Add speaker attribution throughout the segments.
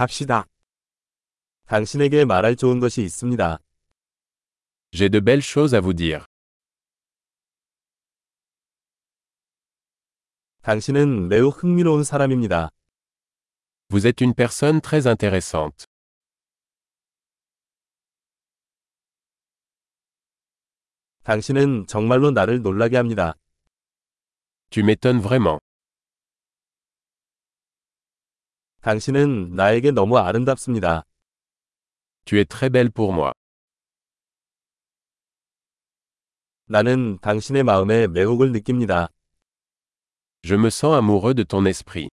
Speaker 1: 갑시다. 당신에게 말할 좋은 것이 있습니다.
Speaker 2: J'ai de belles choses à vous dire.
Speaker 1: 당신은 매우 흥미로운 사람입니다.
Speaker 2: Vous êtes une personne très intéressante.
Speaker 1: 당신은 정말로 나를 놀라게 합니다.
Speaker 2: Tu m'étonnes vraiment.
Speaker 1: 당신은 나에게 너무 아름답습니다.
Speaker 2: Tu es très belle pour moi.
Speaker 1: 나는 당신의 마음에 매혹을 느낍니다.
Speaker 2: Je me sens amoureux de ton esprit.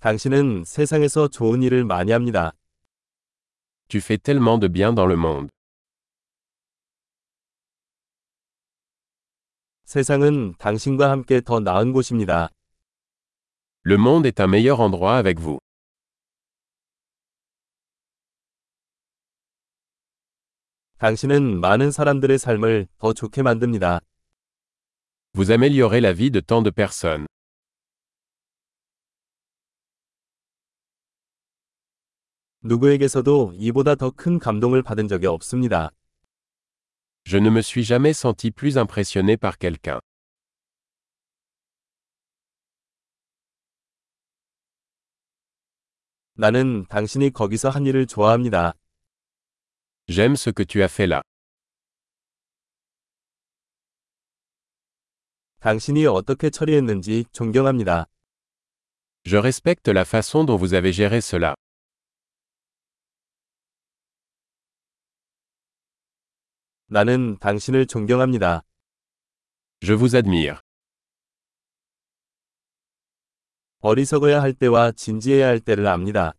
Speaker 1: 당신은 세상에서 좋은 일을 많이 합니다.
Speaker 2: Tu fais tellement de bien dans le monde.
Speaker 1: 세상은 당신과 함께 더 나은 곳입니다.
Speaker 2: Le monde est un meilleur endroit avec vous.
Speaker 1: 당신은 많은 사람들의 삶을 더 좋게 만듭니다.
Speaker 2: Vous améliorez la vie de tant de personnes.
Speaker 1: 누구에게서도 이보다 더 큰 감동을 받은 적이 없습니다.
Speaker 2: Je ne me suis jamais senti plus impressionné par quelqu'un.
Speaker 1: 나는 당신이 거기서 한 일을 좋아합니다.
Speaker 2: J'aime ce que tu as fait là.
Speaker 1: 당신이 어떻게 처리했는지 존경합니다.
Speaker 2: Je respecte la façon dont vous avez géré cela.
Speaker 1: 나는 당신을 존경합니다.
Speaker 2: Je vous admire.
Speaker 1: 어리석어야 할 때와 진지해야 할 때를 압니다.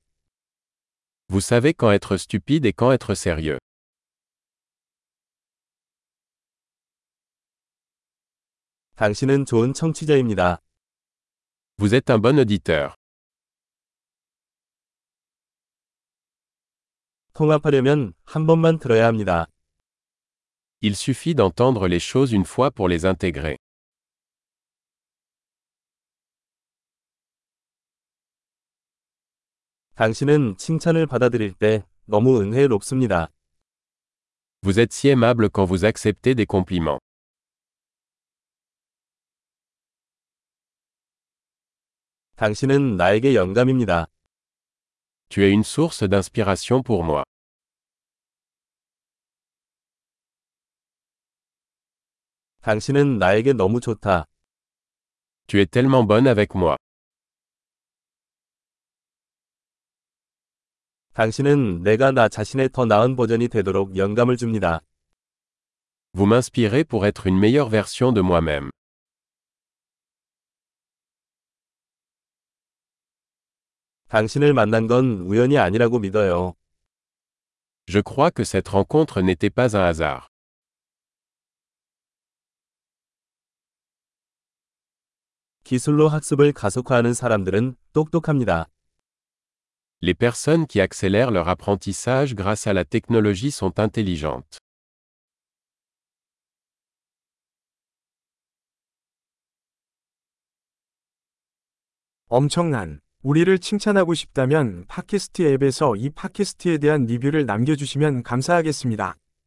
Speaker 2: Vous savez quand être stupide et quand être sérieux.
Speaker 1: 당신은 좋은 청취자입니다.
Speaker 2: Vous êtes un bon auditeur.
Speaker 1: 통합하려면 한 번만 들어야 합니다.
Speaker 2: Il suffit d'entendre les choses une fois pour les intégrer.
Speaker 1: 당신은 칭찬을 받아들일 때 너무 은혜롭습니다.
Speaker 2: Vous êtes si aimable quand vous acceptez des compliments.
Speaker 1: 당신은 나에게 영감입니다.
Speaker 2: Tu es une source d'inspiration pour moi.
Speaker 1: 당신은 나에게 너무 좋다.
Speaker 2: Tu es tellement bonne avec moi.
Speaker 1: 당신은 내가 나 자신의 더 나은 버전이 되도록 영감을 줍니다.
Speaker 2: Vous m'inspirez pour être une meilleure version de moi-même.
Speaker 1: 당신을 만난 건 우연이 아니라고 믿어요.
Speaker 2: Je crois que cette rencontre n'était pas un hasard.
Speaker 1: 기술로 학습을 가속화하는 사람들은 똑똑합니다.
Speaker 2: Les personnes qui accélèrent leur apprentissage grâce à la technologie sont intelligentes.
Speaker 3: 엄청난 우리를 칭찬하고 싶다면 팟캐스트 앱에서 이 팟캐스트에 대한 리뷰를 남겨주시면 감사하겠습니다.